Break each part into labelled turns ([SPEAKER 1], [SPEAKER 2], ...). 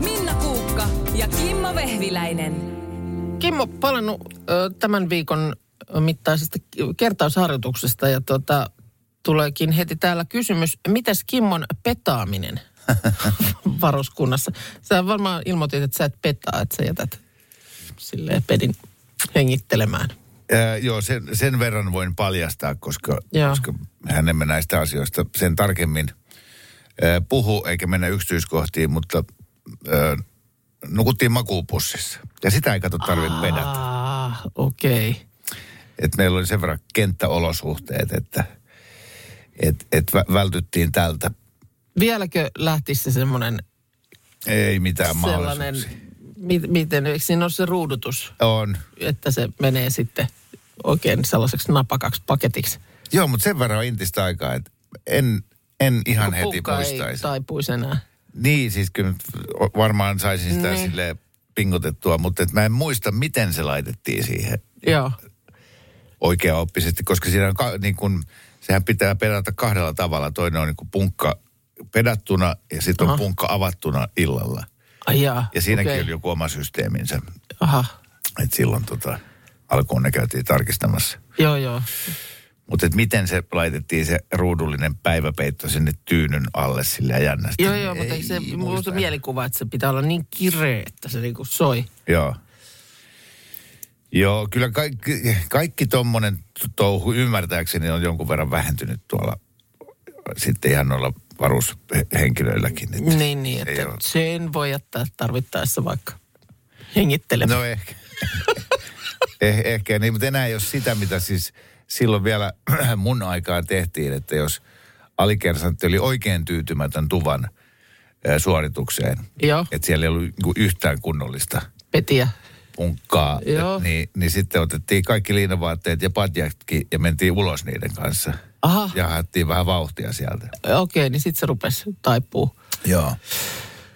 [SPEAKER 1] Minna Kuukka ja Kimmo Vehviläinen.
[SPEAKER 2] Kimmo, palannut ö, tämän viikon mittaisesta kertausharjoituksesta ja tuota, tuleekin heti täällä kysymys. Mitäs Kimmon petaaminen varuskunnassa? Sä varmaan ilmoitit, että sä et petaa, että sä jätät silleen pedin hengittelemään.
[SPEAKER 3] Ää, joo, sen, sen verran voin paljastaa, koska,
[SPEAKER 2] Joo.
[SPEAKER 3] koska hän emme näistä asioista sen tarkemmin ää, puhu eikä mennä yksityiskohtiin, mutta ää, nukuttiin makuupussissa. Ja sitä ei kato tarvitse pedätä.
[SPEAKER 2] Ah, okei. Okay.
[SPEAKER 3] Et meillä oli sen verran kenttäolosuhteet, että et, et vä- vältyttiin tältä.
[SPEAKER 2] Vieläkö lähtisi se semmoinen
[SPEAKER 3] Ei mitään
[SPEAKER 2] sellainen,
[SPEAKER 3] mahdollisuuksia.
[SPEAKER 2] mi- miten, eikö siinä ole se ruudutus,
[SPEAKER 3] On.
[SPEAKER 2] että se menee sitten oikein sellaiseksi napakaksi paketiksi?
[SPEAKER 3] Joo, mutta sen verran on intistä aikaa, että en, en ihan
[SPEAKER 2] Kun
[SPEAKER 3] heti
[SPEAKER 2] pukka ei
[SPEAKER 3] muistaisi.
[SPEAKER 2] taipuisi enää.
[SPEAKER 3] Niin, siis kyllä nyt varmaan saisin sitä niin. silleen pingotettua, mutta et mä en muista, miten se laitettiin siihen
[SPEAKER 2] Joo,
[SPEAKER 3] oikeaoppisesti, koska siinä on ka- niin kun, sehän pitää pedata kahdella tavalla. Toinen on niin kun punkka pedattuna ja sitten
[SPEAKER 2] Aha.
[SPEAKER 3] on punkka avattuna illalla.
[SPEAKER 2] ai jaa.
[SPEAKER 3] Ja siinäkin
[SPEAKER 2] okei.
[SPEAKER 3] okay. oli joku oma systeeminsä.
[SPEAKER 2] Aha,
[SPEAKER 3] Et silloin tota, alkuun ne käytiin tarkistamassa.
[SPEAKER 2] joo joo.
[SPEAKER 3] Mutta miten se laitettiin se ruudullinen päiväpeitto sinne tyynyn alle sillä jännästi.
[SPEAKER 2] Joo
[SPEAKER 3] niin
[SPEAKER 2] joo, mutta eikö se,
[SPEAKER 3] ei
[SPEAKER 2] mulla on se
[SPEAKER 3] muista.
[SPEAKER 2] mielikuva, että se pitää olla niin kireä, että se niinku soi.
[SPEAKER 3] Joo. Joo, kyllä kaikki, kaikki tommonen t- touhu ymmärtääkseni on jonkun verran vähentynyt tuolla sitten ihan noilla varushenkilöilläkin. että
[SPEAKER 2] Niin, niin,
[SPEAKER 3] ei
[SPEAKER 2] että
[SPEAKER 3] ole-
[SPEAKER 2] sen voi jättää tarvittaessa vaikka hengittelemään.
[SPEAKER 3] No ehkä. eh, ehkä niin, mutta enää ei ole sitä, mitä siis silloin vielä mun aikaan tehtiin, että jos alikersantti oli oikein tyytymätön tuvan eh, suoritukseen,
[SPEAKER 2] Joo,
[SPEAKER 3] että siellä ei ollut niinku yhtään kunnollista –
[SPEAKER 2] petiä.
[SPEAKER 3] punkkaa,
[SPEAKER 2] Joo.
[SPEAKER 3] et niin, niin sitten otettiin kaikki liinavaatteet ja padjakki ja mentiin ulos niiden kanssa.
[SPEAKER 2] Aha,
[SPEAKER 3] Ja haettiin vähän vauhtia sieltä.
[SPEAKER 2] okei, niin sitten se rupesi taipuu.
[SPEAKER 3] Joo.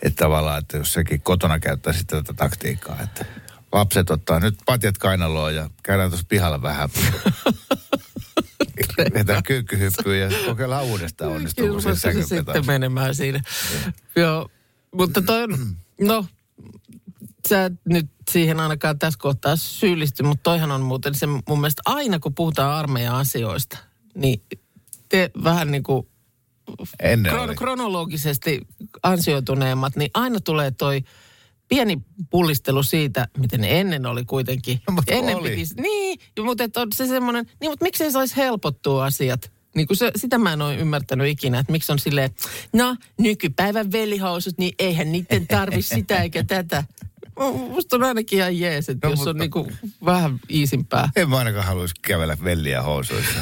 [SPEAKER 3] Että tavallaan, että jos sekin kotona käyttäisi tätä taktiikkaa, että lapset ottaa nyt patjat kainaloon ja käydään tuossa pihalla vähän. Vetää kyykkyhyppyä ja kokeillaan uudestaan onnistuuko
[SPEAKER 2] Ilmaista
[SPEAKER 3] se
[SPEAKER 2] se sitten
[SPEAKER 3] säkynpeta.
[SPEAKER 2] menemään siinä. Joo, mutta toi on, no, sä et nyt siihen ainakaan tässä kohtaa syyllisty, mutta toihan on muuten se mun mielestä aina, kun puhutaan armeija-asioista, niin te vähän niin kuin
[SPEAKER 3] Ennen oli.
[SPEAKER 2] kron- kronologisesti ansioituneemmat, niin aina tulee toi pieni pullistelu siitä, miten ennen oli kuitenkin.
[SPEAKER 3] No, mutta kun
[SPEAKER 2] ennen
[SPEAKER 3] oli.
[SPEAKER 2] Piti, niin, mutta et on se semmoinen, niin mutta miksei saisi helpottua asiat? Niin kun se, sitä mä en ole ymmärtänyt ikinä, että miksi on silleen, no nykypäivän velihousut, niin eihän niiden tarvi sitä eikä tätä. Mu- Musta on ainakin ihan jees, että
[SPEAKER 3] No,
[SPEAKER 2] jos on
[SPEAKER 3] mutta-
[SPEAKER 2] niinku vähän iisimpää.
[SPEAKER 3] En mä ainakaan haluaisi kävellä velliä housuissa.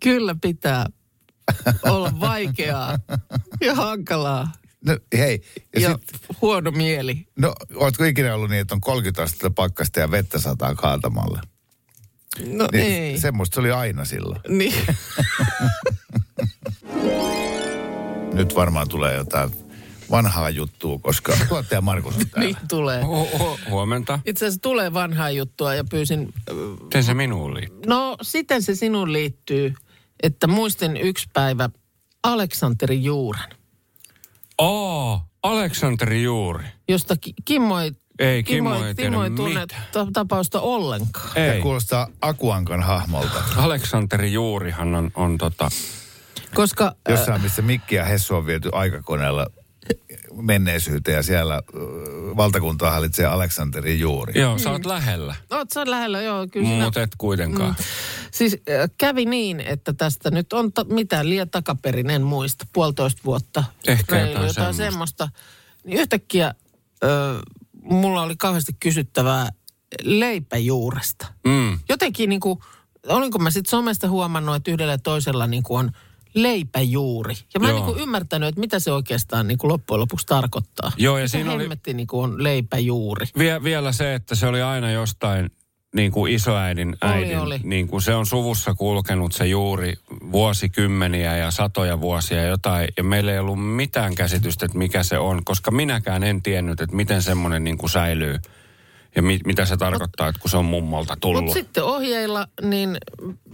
[SPEAKER 2] Kyllä pitää olla vaikeaa ja hankalaa.
[SPEAKER 3] No hei, ja,
[SPEAKER 2] ja
[SPEAKER 3] ja
[SPEAKER 2] sit... huono mieli.
[SPEAKER 3] No, ootko ikinä ollut niin, että on 30 astetta pakkasta ja vettä sataa kaatamalla?
[SPEAKER 2] No niin,
[SPEAKER 3] Niin,
[SPEAKER 2] ei. Se...
[SPEAKER 3] Semmoista se oli aina silloin.
[SPEAKER 2] Niin.
[SPEAKER 3] Nyt varmaan tulee jotain vanhaa juttua, koska tuottaja Markus on täällä.
[SPEAKER 2] niin tulee.
[SPEAKER 4] Hu- hu- huomenta.
[SPEAKER 2] Itse asiassa tulee vanhaa juttua ja pyysin,
[SPEAKER 4] Miten se minuun liittyy?
[SPEAKER 2] no siten se sinun liittyy, että muistin yksi päivä Aleksanteri Juuren,
[SPEAKER 4] Oo, Aleksanteri Juuri.
[SPEAKER 2] josta Ki- Kimmo ei,
[SPEAKER 4] Ei, Kimmo ei tiedä
[SPEAKER 2] Kimmo ei tunne
[SPEAKER 4] mitään.
[SPEAKER 2] ta- tapausta ollenkaan.
[SPEAKER 3] Ja
[SPEAKER 4] Ei,
[SPEAKER 3] kuulostaa Akuankan hahmolta.
[SPEAKER 4] Aleksanteri Juurihan on, on tota,
[SPEAKER 2] Koska äh,
[SPEAKER 3] Jossain, missä Mikki ja Hessu on viety aikakoneella menneisyyteen ja siellä äh, valtakuntaa hallitsee Aleksanteri Juuri.
[SPEAKER 4] joo, sä oot lähellä,
[SPEAKER 2] äh, oot sä lähellä, joo, kyllä sinä-
[SPEAKER 4] mut et kuitenkaan.
[SPEAKER 2] Siis äh, kävi niin, että tästä nyt on ta- mitä liian takaperin, en muista, puolitoista vuotta.
[SPEAKER 4] Ehkä
[SPEAKER 2] Reilu
[SPEAKER 4] jotain semmoista.
[SPEAKER 2] semmoista. Niin yhtäkkiä ö, mulla oli kauheasti kysyttävää leipäjuuresta. niinku,
[SPEAKER 4] Mm.
[SPEAKER 2] Jotenkin niin kuin, olinko mä sitten somesta huomannut, että yhdellä ja toisella niin kuin on leipäjuuri. Ja mä en
[SPEAKER 4] Joo.
[SPEAKER 2] niin kuin ymmärtänyt, että mitä se oikeastaan niin kuin loppujen lopuksi tarkoittaa.
[SPEAKER 4] Joo, ja
[SPEAKER 2] Mitä
[SPEAKER 4] siinä oli
[SPEAKER 2] hemmetti niin kuin on leipäjuuri.
[SPEAKER 4] vie, vielä se, että se oli aina jostain niin kuin isoäidin
[SPEAKER 2] Oli,
[SPEAKER 4] äidin.
[SPEAKER 2] oli.
[SPEAKER 4] Niin kuin se on suvussa kulkenut se juuri vuosikymmeniä ja satoja vuosia ja jotain. Ja meillä ei ollut mitään käsitystä, että mikä se on, koska minäkään en tiennyt, että miten semmoinen niin kuin säilyy. Ja mi, mitä se tarkoittaa, että kun se on mummolta tullut.
[SPEAKER 2] Mutta sitten ohjeilla, niin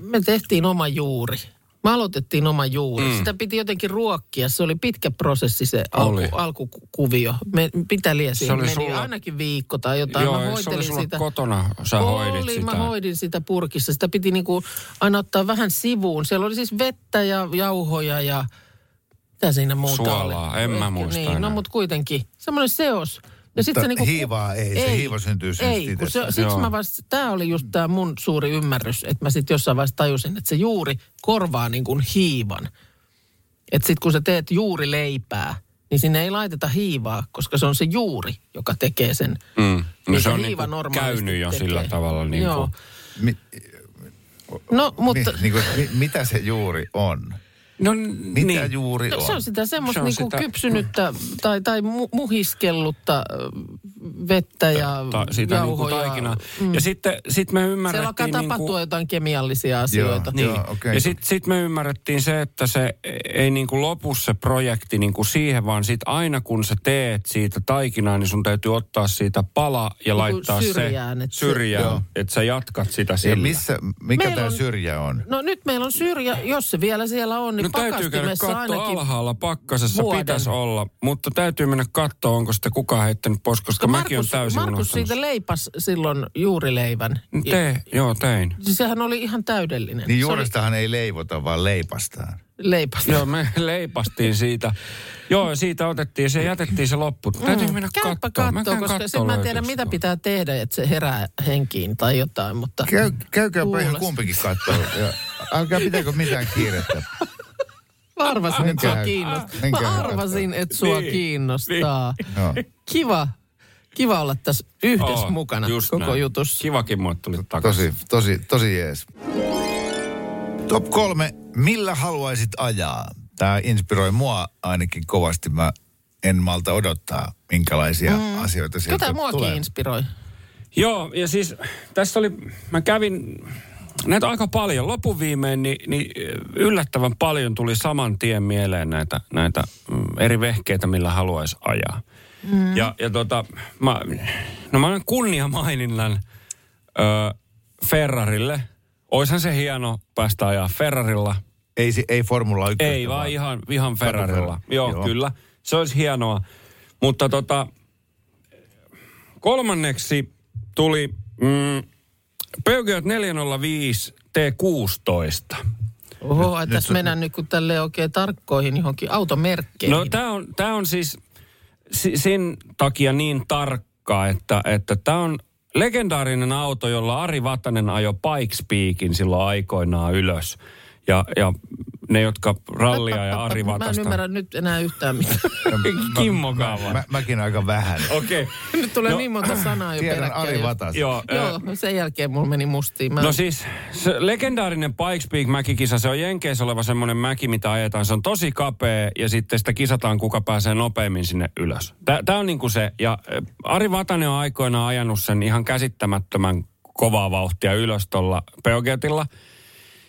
[SPEAKER 2] me tehtiin oma juuri. Me aloitettiin oma juuri. Mm. Sitä piti jotenkin ruokkia. Se oli pitkä prosessi se alku,
[SPEAKER 4] Oli.
[SPEAKER 2] alkukuvio. Me, mitä liian siihen
[SPEAKER 4] oli
[SPEAKER 2] meni?
[SPEAKER 4] sulla-
[SPEAKER 2] Ainakin viikko tai jotain.
[SPEAKER 4] Joo,
[SPEAKER 2] mä
[SPEAKER 4] eikö se oli
[SPEAKER 2] hoitelin
[SPEAKER 4] sulla
[SPEAKER 2] sitä.
[SPEAKER 4] kotona, sä hoidit
[SPEAKER 2] oli,
[SPEAKER 4] sitä.
[SPEAKER 2] mä hoidin sitä purkissa. Sitä piti niinku aina ottaa vähän sivuun. Siellä oli siis vettä ja jauhoja ja mitä siinä muuta
[SPEAKER 4] Suolaa,
[SPEAKER 2] oli.
[SPEAKER 4] en mä
[SPEAKER 2] Ehkä
[SPEAKER 4] muista
[SPEAKER 2] Niin. No
[SPEAKER 4] enää.
[SPEAKER 2] mutta kuitenkin, semmoinen seos. Ja sit
[SPEAKER 3] Mutta
[SPEAKER 2] se niinku,
[SPEAKER 3] hiivaa ei, se hiiva syntyy siis
[SPEAKER 2] Ei, kun se,
[SPEAKER 3] itsestään.
[SPEAKER 2] siksi
[SPEAKER 4] Joo.
[SPEAKER 2] mä vasta, tää oli just tää mun suuri ymmärrys, että mä sitten jossain vaiheessa tajusin, että se juuri korvaa niin kuin hiivan. Että sit kun sä teet juuri leipää, niin sinne ei laiteta hiivaa, koska se on se juuri, joka tekee sen.
[SPEAKER 4] Mm. No
[SPEAKER 2] Niin
[SPEAKER 4] se
[SPEAKER 2] se
[SPEAKER 4] on
[SPEAKER 2] hiiva
[SPEAKER 4] niinku
[SPEAKER 2] normaalisti
[SPEAKER 4] käynyt jo
[SPEAKER 2] tekee.
[SPEAKER 4] sillä tavalla. Niinku.
[SPEAKER 2] Joo.
[SPEAKER 3] Mi,
[SPEAKER 2] No, mutta...
[SPEAKER 3] mi, niin kuin, mi, mitä se juuri on?
[SPEAKER 4] No,
[SPEAKER 3] Mitä
[SPEAKER 4] niin.
[SPEAKER 3] juuri
[SPEAKER 2] No,
[SPEAKER 3] on?
[SPEAKER 2] se on sitä
[SPEAKER 4] Se
[SPEAKER 2] semmoista
[SPEAKER 4] on
[SPEAKER 2] niinku sitä...
[SPEAKER 4] sitä-
[SPEAKER 2] kypsynyttä tai, tai mu- muhiskellutta ö, vettä ja
[SPEAKER 3] Mm.
[SPEAKER 4] Ta, sitä niinku
[SPEAKER 2] jauhoja.
[SPEAKER 4] taikina. Mm. Ja sitten sit me
[SPEAKER 2] Siellä alkaa
[SPEAKER 4] ymmärrettiin...
[SPEAKER 2] tapahtua
[SPEAKER 4] niinku,
[SPEAKER 2] jotain kemiallisia asioita.
[SPEAKER 3] Joo,
[SPEAKER 4] Niin.
[SPEAKER 3] okei.
[SPEAKER 4] Ja sitten sit me ymmärrettiin se, että se ei niinku lopu se projekti niinku siihen, vaan sit aina kun sä teet siitä taikinaa, niin sun täytyy ottaa siitä pala ja
[SPEAKER 2] Niinku
[SPEAKER 4] laittaa
[SPEAKER 2] syrjään,
[SPEAKER 4] se
[SPEAKER 2] et se-
[SPEAKER 4] syrjään,
[SPEAKER 3] Joo.
[SPEAKER 4] että sä jatkat sitä
[SPEAKER 3] Ja
[SPEAKER 4] sillä.
[SPEAKER 3] missä, mikä
[SPEAKER 2] Meillä
[SPEAKER 3] tämä
[SPEAKER 2] on-
[SPEAKER 3] syrjä on? Niin
[SPEAKER 2] No nyt meillä on syrjä, jos se vielä siellä on, niin
[SPEAKER 4] No täytyy käydä
[SPEAKER 2] pakastimessa
[SPEAKER 4] katsoa
[SPEAKER 2] ainakin.
[SPEAKER 4] alhaalla pakkasessa,
[SPEAKER 2] vuoden.
[SPEAKER 4] pitäisi olla, mutta täytyy mennä katsoa, onko sitä kukaan heittänyt pois, koska mäkin on
[SPEAKER 2] Markus,
[SPEAKER 4] täysin
[SPEAKER 2] Markus
[SPEAKER 4] unohtanut
[SPEAKER 2] siitä leipas silloin juurileivän.
[SPEAKER 4] sen. Te, joo, tein.
[SPEAKER 2] Siis sehän oli ihan täydellinen.
[SPEAKER 3] Niin
[SPEAKER 2] Se oli
[SPEAKER 3] juurestahan ei leivota, vaan leipastaan.
[SPEAKER 2] leipas.
[SPEAKER 4] Joo, me leipastiin siitä. Joo, siitä otettiin se jätettiin se loppu. Täytyy mennä
[SPEAKER 2] Mm. Käypä
[SPEAKER 4] katsoa. Mä
[SPEAKER 2] kattoo,
[SPEAKER 4] käyn
[SPEAKER 2] koska
[SPEAKER 4] kattoo
[SPEAKER 2] sitten mä en tiedä,
[SPEAKER 4] löytyykö
[SPEAKER 2] mitä
[SPEAKER 4] se.
[SPEAKER 2] pitää tehdä, että se herää henkiin tai jotain, mutta...
[SPEAKER 3] Käy, käykääpä ihan
[SPEAKER 2] Kuulosti.
[SPEAKER 3] kumpikin katsoa. Ja älkää pitääkö mitään kiirettä.
[SPEAKER 2] Mä arvasin, että sua
[SPEAKER 3] Menkää-
[SPEAKER 2] kiinnostaa.
[SPEAKER 3] menkää
[SPEAKER 2] Mä
[SPEAKER 3] katsoa.
[SPEAKER 2] arvasin, että sua
[SPEAKER 4] Niin,
[SPEAKER 2] kiinnostaa.
[SPEAKER 3] Joo.
[SPEAKER 2] Kiva, kiva olla tässä yhdessä
[SPEAKER 4] Oo,
[SPEAKER 2] mukana
[SPEAKER 4] just
[SPEAKER 2] koko
[SPEAKER 4] näin.
[SPEAKER 2] jutussa.
[SPEAKER 4] Kivakin mulle tuli takaisin.
[SPEAKER 3] Tosi, tosi, tosi jees. Top kolme. Millä haluaisit ajaa? Tämä inspiroi mua ainakin kovasti. Mä en malta odottaa, minkälaisia mm. asioita sieltä
[SPEAKER 2] Tätä muakin
[SPEAKER 3] tulee.
[SPEAKER 2] inspiroi.
[SPEAKER 4] Joo, ja siis tässä oli, mä kävin näitä aika paljon. Lopun viimein niin, niin yllättävän paljon tuli saman tien mieleen näitä, näitä mm, eri vehkeitä, millä haluaisi ajaa. Mm. Ja, ja tota, mä, no mä annan kunnia maininnan ö, Ferrarille. Oishan se hieno päästä ajaa Ferrarilla.
[SPEAKER 3] Ei, si- ei Formula 1.
[SPEAKER 4] Ei, vaan ihan, ihan Ferrarilla.
[SPEAKER 3] Ferrari.
[SPEAKER 4] Joo,
[SPEAKER 3] Joo.
[SPEAKER 4] Joo, kyllä. Se olisi hienoa. Mutta tota, kolmanneksi tuli mm, Peugeot 405 T16.
[SPEAKER 2] Oho, nyt, tässä mennään nyt kun tälle oikein tarkkoihin johonkin automerkkeihin.
[SPEAKER 4] No tämä on, tää on siis si- sen takia niin tarkka, että tämä on legendaarinen auto, jolla Ari Vatanen ajoi Pikes Peakin silloin aikoinaan ylös. Ja, ja ne, jotka rallia ja Ari
[SPEAKER 2] Mä en
[SPEAKER 4] Vatasta...
[SPEAKER 2] ymmärrä nyt enää yhtään mitään.
[SPEAKER 4] Kimmo Kaava.
[SPEAKER 3] Mä, mäkin aika vähän.
[SPEAKER 4] Okei. Okay.
[SPEAKER 2] Nyt tulee no, niin monta sanaa jo
[SPEAKER 3] Tiedän Ari
[SPEAKER 2] peräkkäin.
[SPEAKER 3] Vatas.
[SPEAKER 4] Joo,
[SPEAKER 2] Joo, sen jälkeen mulla meni mustiin. Mä...
[SPEAKER 4] No siis, se legendaarinen Pikes Peak mäkikisa, se on Jenkeissä oleva semmoinen mäki, mitä ajetaan. Se on tosi kapea ja sitten sitä kisataan, kuka pääsee nopeammin sinne ylös. Tämä on niin kuin se, ja äh, Ari Vatanen on aikoinaan ajanut sen ihan käsittämättömän kovaa vauhtia ylös tuolla Peugeotilla.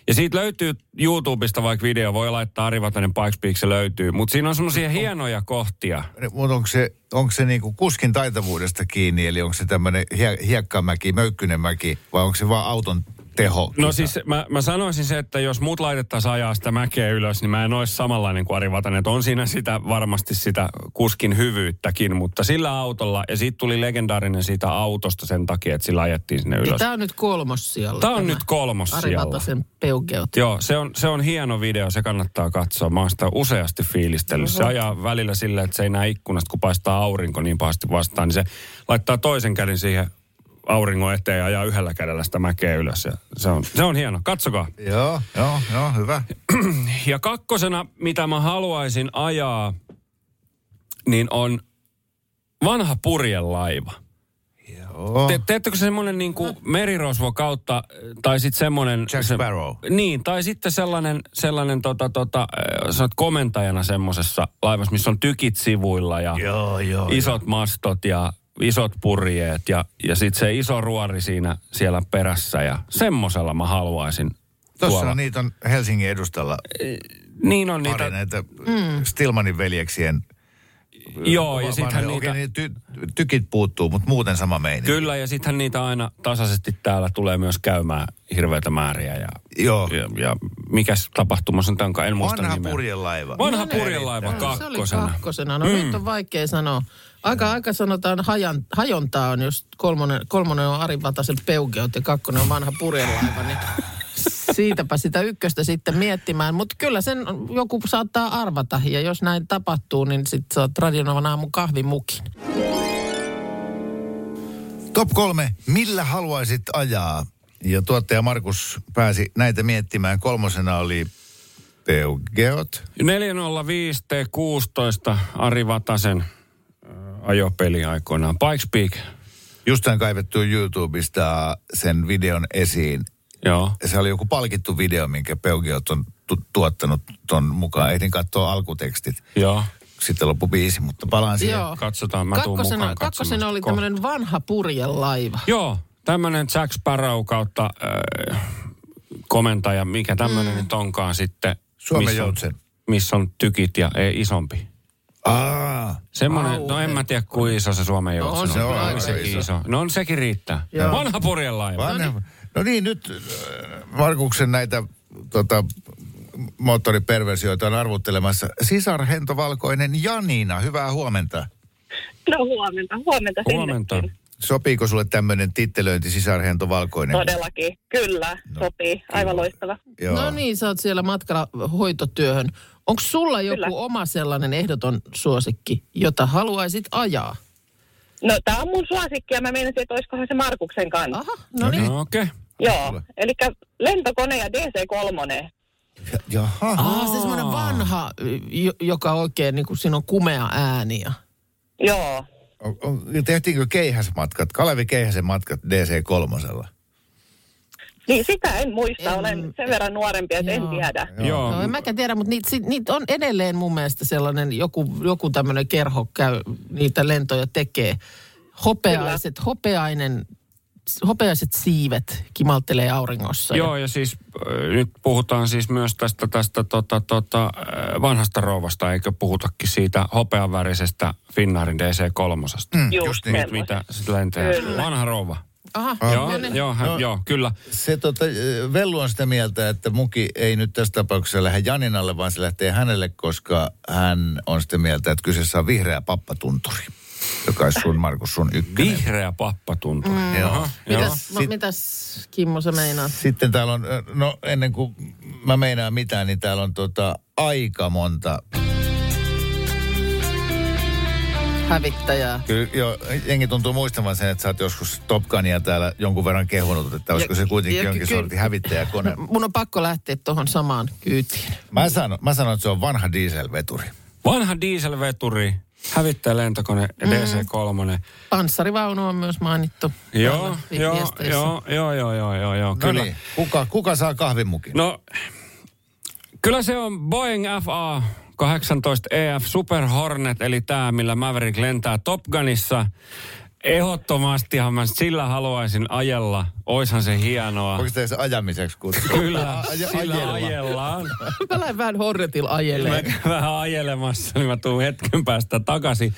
[SPEAKER 4] Ja siitä löytyy YouTubesta vaikka video, voi laittaa Ari Vatanen Pikes Peak, se löytyy. Mutta siinä on semmoisia hienoja kohtia.
[SPEAKER 3] Niin, Mutta onko se, onko se niinku kuskin taitavuudesta kiinni, eli onko se tämmöinen hie, hiekkamäki, möykkynenmäki, vai onko se vaan auton teho?
[SPEAKER 4] No siis mä, mä sanoisin se, että jos mut laitettaisiin ajaa sitä mäkeä ylös, niin mä en olisi samanlainen kuin Ari Vatanen. Että on siinä sitä, varmasti sitä kuskin hyvyyttäkin, mutta sillä autolla, ja siitä tuli legendaarinen siitä autosta sen takia, että sillä ajettiin sinne ylös.
[SPEAKER 2] Tämä on nyt kolmos siellä.
[SPEAKER 4] Tämä on nyt kolmos
[SPEAKER 2] Ari
[SPEAKER 4] siellä.
[SPEAKER 2] Vatasen Peugeot.
[SPEAKER 4] Joo, se on, se on hieno video, se kannattaa katsoa. Mä oon sitä useasti fiilistellyt. Se ajaa välillä silleen, että se ei näe ikkunasta, kun paistaa aurinko niin pahasti vastaan, niin se laittaa toisen käden siihen auringon eteen ja ajaa yhdellä kädellä sitä mäkeä ylös. Ja se, on, se on hieno, katsokaa.
[SPEAKER 3] Joo, joo, joo, hyvä.
[SPEAKER 4] Ja kakkosena, mitä mä haluaisin ajaa, niin on vanha purjelaiva.
[SPEAKER 3] Joo.
[SPEAKER 4] Te, teettekö semmoinen niin kuin merirosvo kautta, tai sitten semmoinen...
[SPEAKER 3] Jack Sparrow.
[SPEAKER 4] Niin, tai sitten sellainen, sellainen tota, tota, äh, sä oot komentajana semmoisessa laivassa, missä on tykit sivuilla ja
[SPEAKER 3] Joo, joo,
[SPEAKER 4] isot mastot ja isot purjeet ja, ja sitten se iso ruori siinä siellä perässä ja semmoisella mä haluaisin
[SPEAKER 3] Tuossa
[SPEAKER 4] tuolla.
[SPEAKER 3] on niitä on Helsingin edustalla
[SPEAKER 4] niin on
[SPEAKER 3] pari
[SPEAKER 4] niitä,
[SPEAKER 3] näitä mm. Stilmanin veljeksien.
[SPEAKER 4] joo, ja
[SPEAKER 3] va-
[SPEAKER 4] sittenhän
[SPEAKER 3] vanhoja.
[SPEAKER 4] niitä,
[SPEAKER 3] Okei, niitä ty- tykit puuttuu, mutta muuten sama meini.
[SPEAKER 4] kyllä, ja sittenhän niitä aina tasaisesti täällä tulee myös käymään hirveitä määriä ja
[SPEAKER 3] Joo.
[SPEAKER 4] ja, ja mikäs tapahtuma se nyt onkaan, en muista
[SPEAKER 3] Oh. Vanha
[SPEAKER 4] nimeä.
[SPEAKER 3] purjelaiva.
[SPEAKER 4] Vanha purjelaiva
[SPEAKER 2] Se oli
[SPEAKER 4] kakkosena.
[SPEAKER 2] kakkosena. No mm. nyt on vaikea sanoa. Aika aika sanotaan hajan, hajontaa on, jos kolmonen, kolmonen on Ari Vatasen peugeot ja kakkonen on vanha purjelaiva, niin siitäpä sitä ykköstä sitten miettimään. Mutta kyllä sen on- joku saattaa arvata ja jos näin tapahtuu, niin sitten saat Radionovan aamun kahvimukin.
[SPEAKER 3] Top kolme, millä haluaisit ajaa? Ja tuottaja Markus pääsi näitä miettimään. Kolmosena oli Peugeot.
[SPEAKER 4] 405 T16 Ari Vatasen ö, ajopeli aikoinaan. Pikes Peak,
[SPEAKER 3] Just tämän kaivettu YouTubesta sen videon esiin.
[SPEAKER 4] joo.
[SPEAKER 3] Se oli joku palkittu video, minkä Peugeot on tu- tuottanut ton mukaan. Ehdin katsoa alkutekstit.
[SPEAKER 4] Joo,
[SPEAKER 3] Sitten loppu biisi, mutta palaan siihen.
[SPEAKER 2] Joo.
[SPEAKER 4] katsotaan. Mä tuun
[SPEAKER 2] Kakkosena,
[SPEAKER 4] mukaan
[SPEAKER 2] kakkosena
[SPEAKER 4] katsomaan
[SPEAKER 2] oli
[SPEAKER 4] kohta.
[SPEAKER 2] tämmöinen vanha purjelaiva.
[SPEAKER 4] Joo, tämmöinen Jack Sparrow kautta äh, komentaja, mikä tämmöinen mm. nyt onkaan sitten.
[SPEAKER 3] Suomen
[SPEAKER 4] missä on-
[SPEAKER 3] joutsen.
[SPEAKER 4] Missä on tykit ja ei, isompi.
[SPEAKER 3] Aa,
[SPEAKER 4] Semmoinen, no en mä tiedä kuinka iso se Suomen joutsen
[SPEAKER 2] on se
[SPEAKER 3] kyllä aika
[SPEAKER 4] sekin
[SPEAKER 3] iso.
[SPEAKER 4] iso. No on sekin riittää.
[SPEAKER 2] Joo.
[SPEAKER 4] Vanha purjelaiva.
[SPEAKER 3] vanha. No niin, nyt äh, Markuksen näitä tota, moottoriperversioita on arvuttelemassa. Sisar Hento Valkoinen Janina, hyvää huomenta.
[SPEAKER 5] No huomenta, huomenta sinne.
[SPEAKER 4] Huomenta.
[SPEAKER 3] Sopiiko sulle tämmöinen tittelöinti Sisar Hento Valkoinen?
[SPEAKER 5] Todellakin, kyllä,
[SPEAKER 3] No,
[SPEAKER 5] no, sopii. Aivan loistava.
[SPEAKER 3] Joo.
[SPEAKER 2] No niin, sä oot siellä matkalla hoitotyöhön. Onko sulla joku
[SPEAKER 5] Kyllä.
[SPEAKER 2] oma sellainen ehdoton suosikki, jota haluaisit ajaa?
[SPEAKER 5] No tää on mun suosikki ja mä meinasin, että oiskohan se Markuksen kanssa.
[SPEAKER 2] Aha, no niin.
[SPEAKER 4] No okei. Okay.
[SPEAKER 5] Joo, eli lentokone ja DC-3.
[SPEAKER 3] Jaha.
[SPEAKER 2] Ah, se semmoinen vanha, jo- joka oikein, niin kuin siinä on kumea ääni. Ja...
[SPEAKER 5] Joo,
[SPEAKER 3] On, on, tehtiinkö keihäsmatkat, Kalevi Keihäsen matkat DC3?
[SPEAKER 5] niin sitä en muista.
[SPEAKER 2] En-
[SPEAKER 5] Olen sen verran nuorempi, että en
[SPEAKER 2] Joo.
[SPEAKER 5] tiedä.
[SPEAKER 4] Joo.
[SPEAKER 2] No en mäkään tiedä, mutta niitä, sit- niitä on edelleen mun mielestä sellainen, joku, joku tämmöinen kerho käy, niitä lentoja tekee. Hopeaiset, hopeainen, hopeaiset siivet kimaltelee auringossa.
[SPEAKER 4] Joo, ja siis äh, nyt puhutaan siis myös tästä, tästä tota, tota, äh, vanhasta rouvasta, eikö puhutakin siitä hopeanvärisestä Finnaarin DC3. Mm.
[SPEAKER 5] Just,
[SPEAKER 3] just niin.
[SPEAKER 5] semmoista.
[SPEAKER 4] Mitä sitten lentää?
[SPEAKER 5] Kyllä.
[SPEAKER 4] Vanha rouva.
[SPEAKER 2] Aha,
[SPEAKER 3] Ah.
[SPEAKER 4] Joo,
[SPEAKER 2] no niin.
[SPEAKER 4] joo, hän,
[SPEAKER 3] No.
[SPEAKER 4] joo, kyllä.
[SPEAKER 3] Se tota, äh, Vellu on sitä mieltä, että muki ei nyt tässä tapauksessa lähde Janinalle, vaan se lähtee hänelle, koska hän on sitä mieltä, että kyseessä on vihreä pappatunturi, joka on sun, Markus, sun ykkönen.
[SPEAKER 4] Vihreä pappatunturi. Mm.
[SPEAKER 3] Joo.
[SPEAKER 4] Joo.
[SPEAKER 2] Mitäs, ma, mitäs Kimmo sä meinaat?
[SPEAKER 3] Sitten täällä on, äh, no ennen kuin mä meinaan mitään, niin täällä on tota, aika monta.
[SPEAKER 2] Hävittäjää.
[SPEAKER 3] Kyllä jo, jengi tuntuu muistavan sen, että sä oot joskus Top Gunia täällä jonkun verran kehunut, että olisiko se kuitenkin
[SPEAKER 2] ja
[SPEAKER 3] jonkin
[SPEAKER 2] ky- ky-
[SPEAKER 3] sortin hävittäjäkone.
[SPEAKER 2] Mun on pakko lähteä tuohon samaan kyytiin.
[SPEAKER 3] Mä sanon, mä sanon, että se on vanha dieselveturi.
[SPEAKER 4] Vanha dieselveturi, hävittää lentokone DC3.
[SPEAKER 2] Panssarivaunu on myös mainittu.
[SPEAKER 4] Joo,
[SPEAKER 2] täällä vi-
[SPEAKER 4] joo,
[SPEAKER 2] viesteissä.
[SPEAKER 4] joo, joo, joo, joo, joo, joo,
[SPEAKER 3] No
[SPEAKER 4] kyllä.
[SPEAKER 3] niin, kuka, kuka saa kahvimukin?
[SPEAKER 4] No, kyllä se on Boeing FA 18 EF E Super Hornet, eli tämä, millä Maverick lentää Top Gunissa. Ehdottomastihan mä sillä haluaisin ajella. Oishan se hienoa.
[SPEAKER 3] Onko teillä se ajamiseksi kutsuttu?
[SPEAKER 4] Kyllä,
[SPEAKER 3] Aja-
[SPEAKER 4] sillä
[SPEAKER 3] ajella.
[SPEAKER 4] ajellaan.
[SPEAKER 2] Mä lähden vähän horretilla
[SPEAKER 4] Mä
[SPEAKER 2] ajelee.
[SPEAKER 4] käyn vähän ajelemassa, niin mä tuun hetken päästä takaisin.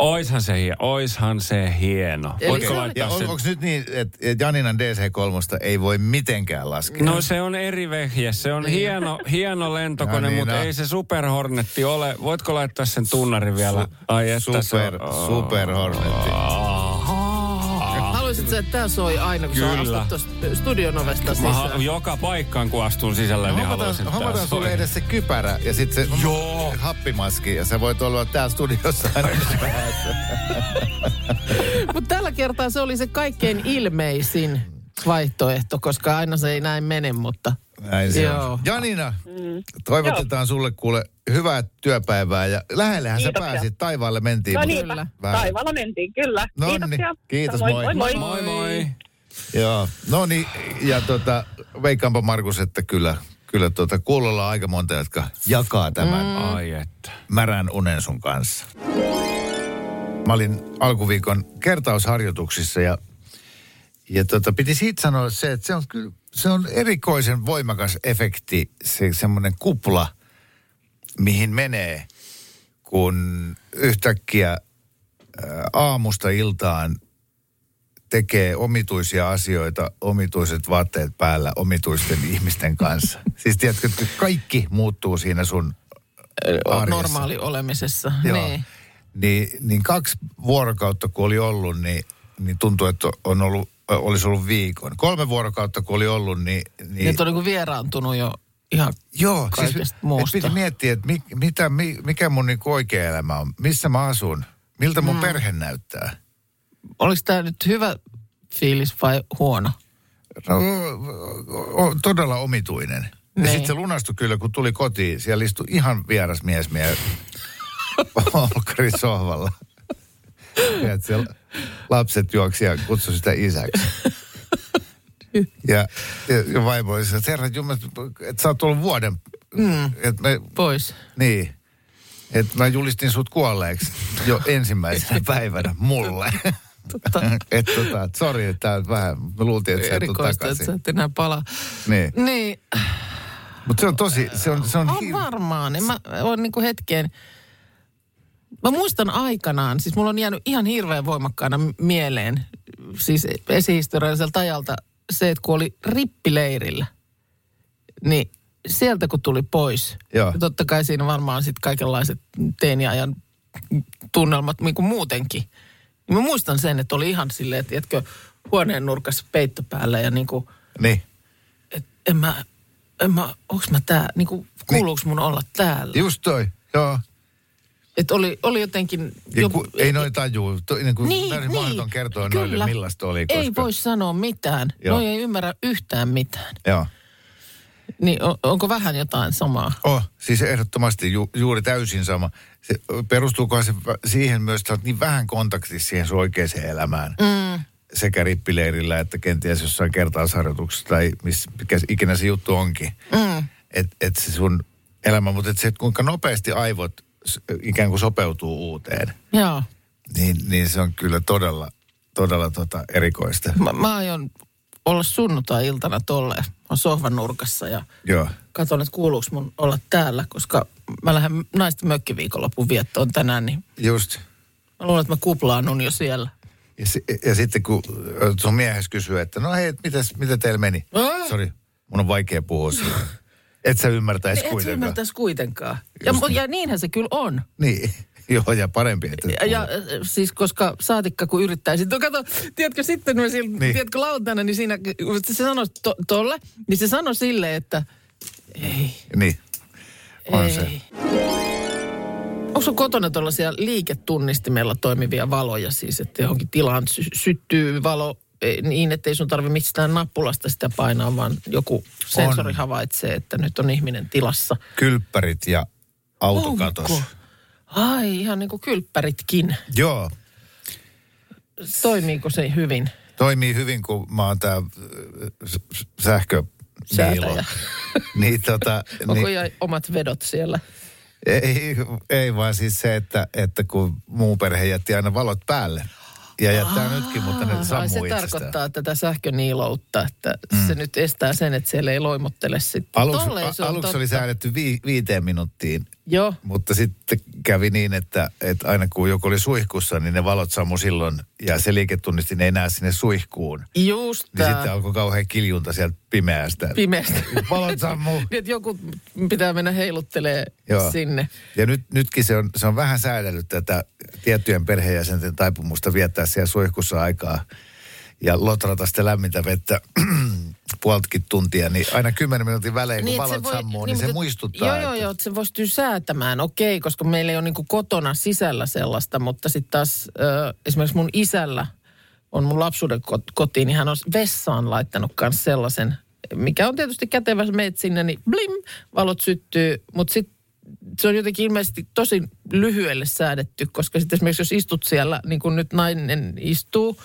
[SPEAKER 4] Oishan se, hie- oishan se hieno.
[SPEAKER 2] Eli
[SPEAKER 4] Voitko
[SPEAKER 2] se oli-
[SPEAKER 4] laittaa
[SPEAKER 3] Ja on,
[SPEAKER 4] sen?
[SPEAKER 3] onko nyt niin, että että Janinan DC3 ei voi mitenkään laskea?
[SPEAKER 4] No se on eri vehje. Se on hieno, hieno lentokone,
[SPEAKER 3] Niin. No niin,
[SPEAKER 4] mutta
[SPEAKER 3] no.
[SPEAKER 4] ei se superhornetti ole. Voitko laittaa sen tunnarin vielä? Ai että se
[SPEAKER 3] super,
[SPEAKER 4] on... oh.
[SPEAKER 3] super Hornetti.
[SPEAKER 2] Haluaisit sä, että tää soi aina, kun sä
[SPEAKER 4] Kyllä.
[SPEAKER 2] astut tuosta studion ovesta
[SPEAKER 4] Mä
[SPEAKER 2] sisään.
[SPEAKER 4] ha- joka paikkaan, kun astun sisälle, niin haluaisin
[SPEAKER 3] No, Hommataan,
[SPEAKER 4] että tää
[SPEAKER 3] hommataan sulle
[SPEAKER 4] soi.
[SPEAKER 3] edes se kypärä ja sitten se
[SPEAKER 4] Joo.
[SPEAKER 3] happimaski ja sä voit olla täällä studiossa.
[SPEAKER 2] Mutta tällä kertaa se oli se kaikkein ilmeisin vaihtoehto, koska aina se ei näin mene, mutta
[SPEAKER 3] Näin se
[SPEAKER 2] Joo.
[SPEAKER 3] on. Janina,
[SPEAKER 5] Mm.
[SPEAKER 3] toivotetaan sulle kuule hyvää työpäivää ja lähellähän sä
[SPEAKER 5] Kiitoksia.
[SPEAKER 3] pääsit. Taivaalle mentiin.
[SPEAKER 5] No
[SPEAKER 3] mutta-
[SPEAKER 5] niin,
[SPEAKER 2] Kyllä.
[SPEAKER 5] taivaalla mentiin, kyllä.
[SPEAKER 3] Nonni,
[SPEAKER 5] Kiitoksia.
[SPEAKER 3] kiitos, moi.
[SPEAKER 5] Moi, moi.
[SPEAKER 4] Moi moi.
[SPEAKER 3] Joo, no niin, ja tota, veikkaanpa Markus, että kyllä, kyllä tota, kuulolla on aika monta, jotka jakaa tämän mm.
[SPEAKER 4] Ai että.
[SPEAKER 3] märän unen sun kanssa. Mä olin alkuviikon kertausharjoituksissa ja, ja tota, piti siitä sanoa se, että se on, kyllä, se on erikoisen voimakas efekti, se semmoinen kupla, mihin menee, kun yhtäkkiä ää, aamusta iltaan tekee omituisia asioita, omituiset vaatteet päällä, omituisten ihmisten kanssa. Siis tiedätkö, että kaikki muuttuu siinä sun arjessa.
[SPEAKER 2] normaali olemisessa.
[SPEAKER 3] Joo.
[SPEAKER 2] Niin.
[SPEAKER 3] Niin, niin kaksi vuorokautta kun oli ollut, niin, niin tuntuu, että on ollut, ö, olisi ollut viikon. Kolme vuorokautta kun oli ollut, niin... niin
[SPEAKER 2] Nyt on niin kuin vieraantunut jo ihan
[SPEAKER 3] joo, siis,
[SPEAKER 2] kaikesta
[SPEAKER 3] et
[SPEAKER 2] muusta.
[SPEAKER 3] piti miettiä, että mi, mitä, mi, mikä mun niin oikea elämä on, missä mä asun, miltä mun mm. perhe näyttää.
[SPEAKER 2] Oliko tämä nyt hyvä fiilis vai huono?
[SPEAKER 3] No, o, o, todella omituinen. Ja
[SPEAKER 2] Niin.
[SPEAKER 3] sitten se lunastui kyllä, kun tuli kotiin. Siellä istui ihan vieras mies meidän olkarin sohvalla. Ja et siellä lapset juoksi ja kutsui sitä isäksi. Ja, ja, ja vaimo oli sillä, että herra Jumala, että sä oot ollut vuoden. Mm. Et me,
[SPEAKER 2] Pois.
[SPEAKER 3] niin. Et mä julistin sut kuolleeksi jo ensimmäisenä päivänä mulle. Totta. et tota, et sori, että tää on vähän, mä luultiin, että sä et tuu
[SPEAKER 2] Erikoista, että
[SPEAKER 3] takaisin.
[SPEAKER 2] sä et enää palaa.
[SPEAKER 3] Niin.
[SPEAKER 2] Niin,
[SPEAKER 3] Mutta se on tosi, se on, se on,
[SPEAKER 2] on varmaan. En mä oon niinku hetkeen. Mä muistan aikanaan, siis mulla on jäänyt ihan hirveän voimakkaana m- mieleen, siis esihistorialliselta ajalta se, että kun oli rippileirillä, niin sieltä kun tuli pois,
[SPEAKER 3] Joo.
[SPEAKER 2] ja totta kai siinä varmaan sitten kaikenlaiset teiniajan tunnelmat niin kuin muutenkin, niin mä muistan sen, että oli ihan silleen, että tiedätkö, huoneen nurkassa peitto päällä ja niin kuin,
[SPEAKER 3] Niin.
[SPEAKER 2] että en mä, en mä, onks mä tää, niinku,
[SPEAKER 3] Niin.
[SPEAKER 2] kuuluuks mun olla täällä?
[SPEAKER 3] Just toi, joo.
[SPEAKER 2] Että oli, oli jotenkin...
[SPEAKER 3] Ja
[SPEAKER 2] jo-
[SPEAKER 3] ku, ei noin tajuu. To, niin kuin niin,
[SPEAKER 2] Niin,
[SPEAKER 3] täysin niin, mahdoton
[SPEAKER 2] niin.
[SPEAKER 3] kertoa
[SPEAKER 2] Kyllä.
[SPEAKER 3] noille, millaista oli. Koska,
[SPEAKER 2] Ei voi sanoa mitään.
[SPEAKER 3] Joo.
[SPEAKER 2] Joo. Noi ei ymmärrä yhtään mitään.
[SPEAKER 3] Joo.
[SPEAKER 2] Niin on, onko vähän jotain samaa?
[SPEAKER 3] Oh, siis ehdottomasti ju, juuri täysin sama. Se, perustuukohan se vä- siihen myös, että sä oot niin vähän kontaktissa siihen sun oikeaan elämään. Mm. Sekä rippileirillä että kenties jossain kertausharjoituksessa tai miss, mikä se- ikinä se juttu onkin. Mm. Että et se sun elämä, mutta et se, että kuinka nopeasti aivot s- ikään kuin sopeutuu uuteen.
[SPEAKER 2] Joo.
[SPEAKER 3] Niin, niin se on kyllä todella, todella tota erikoista.
[SPEAKER 2] Mä, mä aion olla sunnuntai-iltana tolleen. Mä oon sohvan nurkassa ja
[SPEAKER 3] Joo.
[SPEAKER 2] katson, että kuuluuks mun olla täällä, koska mä lähden naisten mökkiviikonlopun viettoon tänään, niin
[SPEAKER 3] Just.
[SPEAKER 2] mä luulen, että mä kuplaannun jo siellä.
[SPEAKER 3] Ja, si- ja sitten kun ö, sun miehes kysyy, että no hei, et mitäs, mitä teillä meni?
[SPEAKER 2] Ää?
[SPEAKER 3] Sori, mun on vaikea puhua siitä. Et sä ymmärtäis
[SPEAKER 2] Niin, Et sä
[SPEAKER 3] kuitenkaan.
[SPEAKER 2] ymmärtäisi kuitenkaan. Ja, mu- ja niinhän se kyllä on.
[SPEAKER 3] Niin, joo ja parempi, että
[SPEAKER 2] Ja, ja äh, siis koska saatikka kun yrittäisi. No kato, tiedätkö sitten, mä sillä,
[SPEAKER 3] Niin.
[SPEAKER 2] niin. tiedätkö lauantaina, niin siinä kun se sanoi to, tolle, niin se sanoi sille, että ei,
[SPEAKER 3] Niin, on
[SPEAKER 2] ei.
[SPEAKER 3] se.
[SPEAKER 2] Onko sun kotona tuollaisia liiketunnistimella toimivia valoja siis, että johonkin tilaan sy- syttyy valo eh, niin, että ei sun tarvi mistään nappulasta sitä painaa, vaan joku sensori
[SPEAKER 3] On.
[SPEAKER 2] havaitsee, että nyt on ihminen tilassa.
[SPEAKER 3] Kylppärit ja autokatos.
[SPEAKER 2] Onko? Ai, ihan niin kuin kylppäritkin.
[SPEAKER 3] Joo,
[SPEAKER 2] Toimiiko se hyvin?
[SPEAKER 3] toimii hyvin, kun mä oon tää äh, s- s- sähkö...
[SPEAKER 2] Säätäjä.
[SPEAKER 3] Niin tota...
[SPEAKER 2] Onko
[SPEAKER 3] niin,
[SPEAKER 2] niin. omat vedot siellä?
[SPEAKER 3] Ei, ei vaan siis se, että, että kun muu perhe jätti aina valot päälle. Ja jättää nytkin, mutta ne
[SPEAKER 2] Ai, se
[SPEAKER 3] sammuu itsestään.
[SPEAKER 2] tarkoittaa tätä sähköniiloutta, että mm. se nyt estää sen, että siellä ei loimottele sitten.
[SPEAKER 3] Aluksi,
[SPEAKER 2] Tolleen se
[SPEAKER 3] a,
[SPEAKER 2] on
[SPEAKER 3] aluksi
[SPEAKER 2] totta.
[SPEAKER 3] oli säädetty vi, viiteen minuuttiin,
[SPEAKER 2] Joo,
[SPEAKER 3] mutta sitten kävi niin, että, että aina kun joku oli suihkussa, niin ne valot sammu silloin ja se liiketunnistin ei näe sinne suihkuun.
[SPEAKER 2] just
[SPEAKER 3] Niin sitten
[SPEAKER 2] tää
[SPEAKER 3] alkoi kauhean kiljunta sieltä pimeästä.
[SPEAKER 2] pimeästä.
[SPEAKER 3] valot sammuu.
[SPEAKER 2] Niin, että joku pitää mennä heiluttelee
[SPEAKER 3] Joo.
[SPEAKER 2] sinne.
[SPEAKER 3] Ja nyt, nytkin se on, se on vähän säädellyt tätä tiettyjen perheenjäsenten taipumusta viettää siellä suihkussa aikaa ja lotrata sitä lämmintä vettä puoltakin tuntia, niin aina 10 minuutin välein, kun niin,
[SPEAKER 2] että
[SPEAKER 3] valot voi, sammuu, niin, niin
[SPEAKER 2] mutta-
[SPEAKER 3] se muistuttaa.
[SPEAKER 2] Joo, joo, joo, että se pystyy säätämään, okei, koska meillä ei ole niinku kotona sisällä sellaista, mutta sitten taas ö, esimerkiksi mun isällä on mun lapsuuden kot- kotiin, niin hän on vessaan laittanut myös sellaisen, mikä on tietysti kätevä, sä meet sinne, niin blim, valot syttyy, mutta sitten se on jotenkin ilmeisesti tosi lyhyelle säädetty, koska sitten esimerkiksi jos istut siellä, niin kuin nyt nainen istuu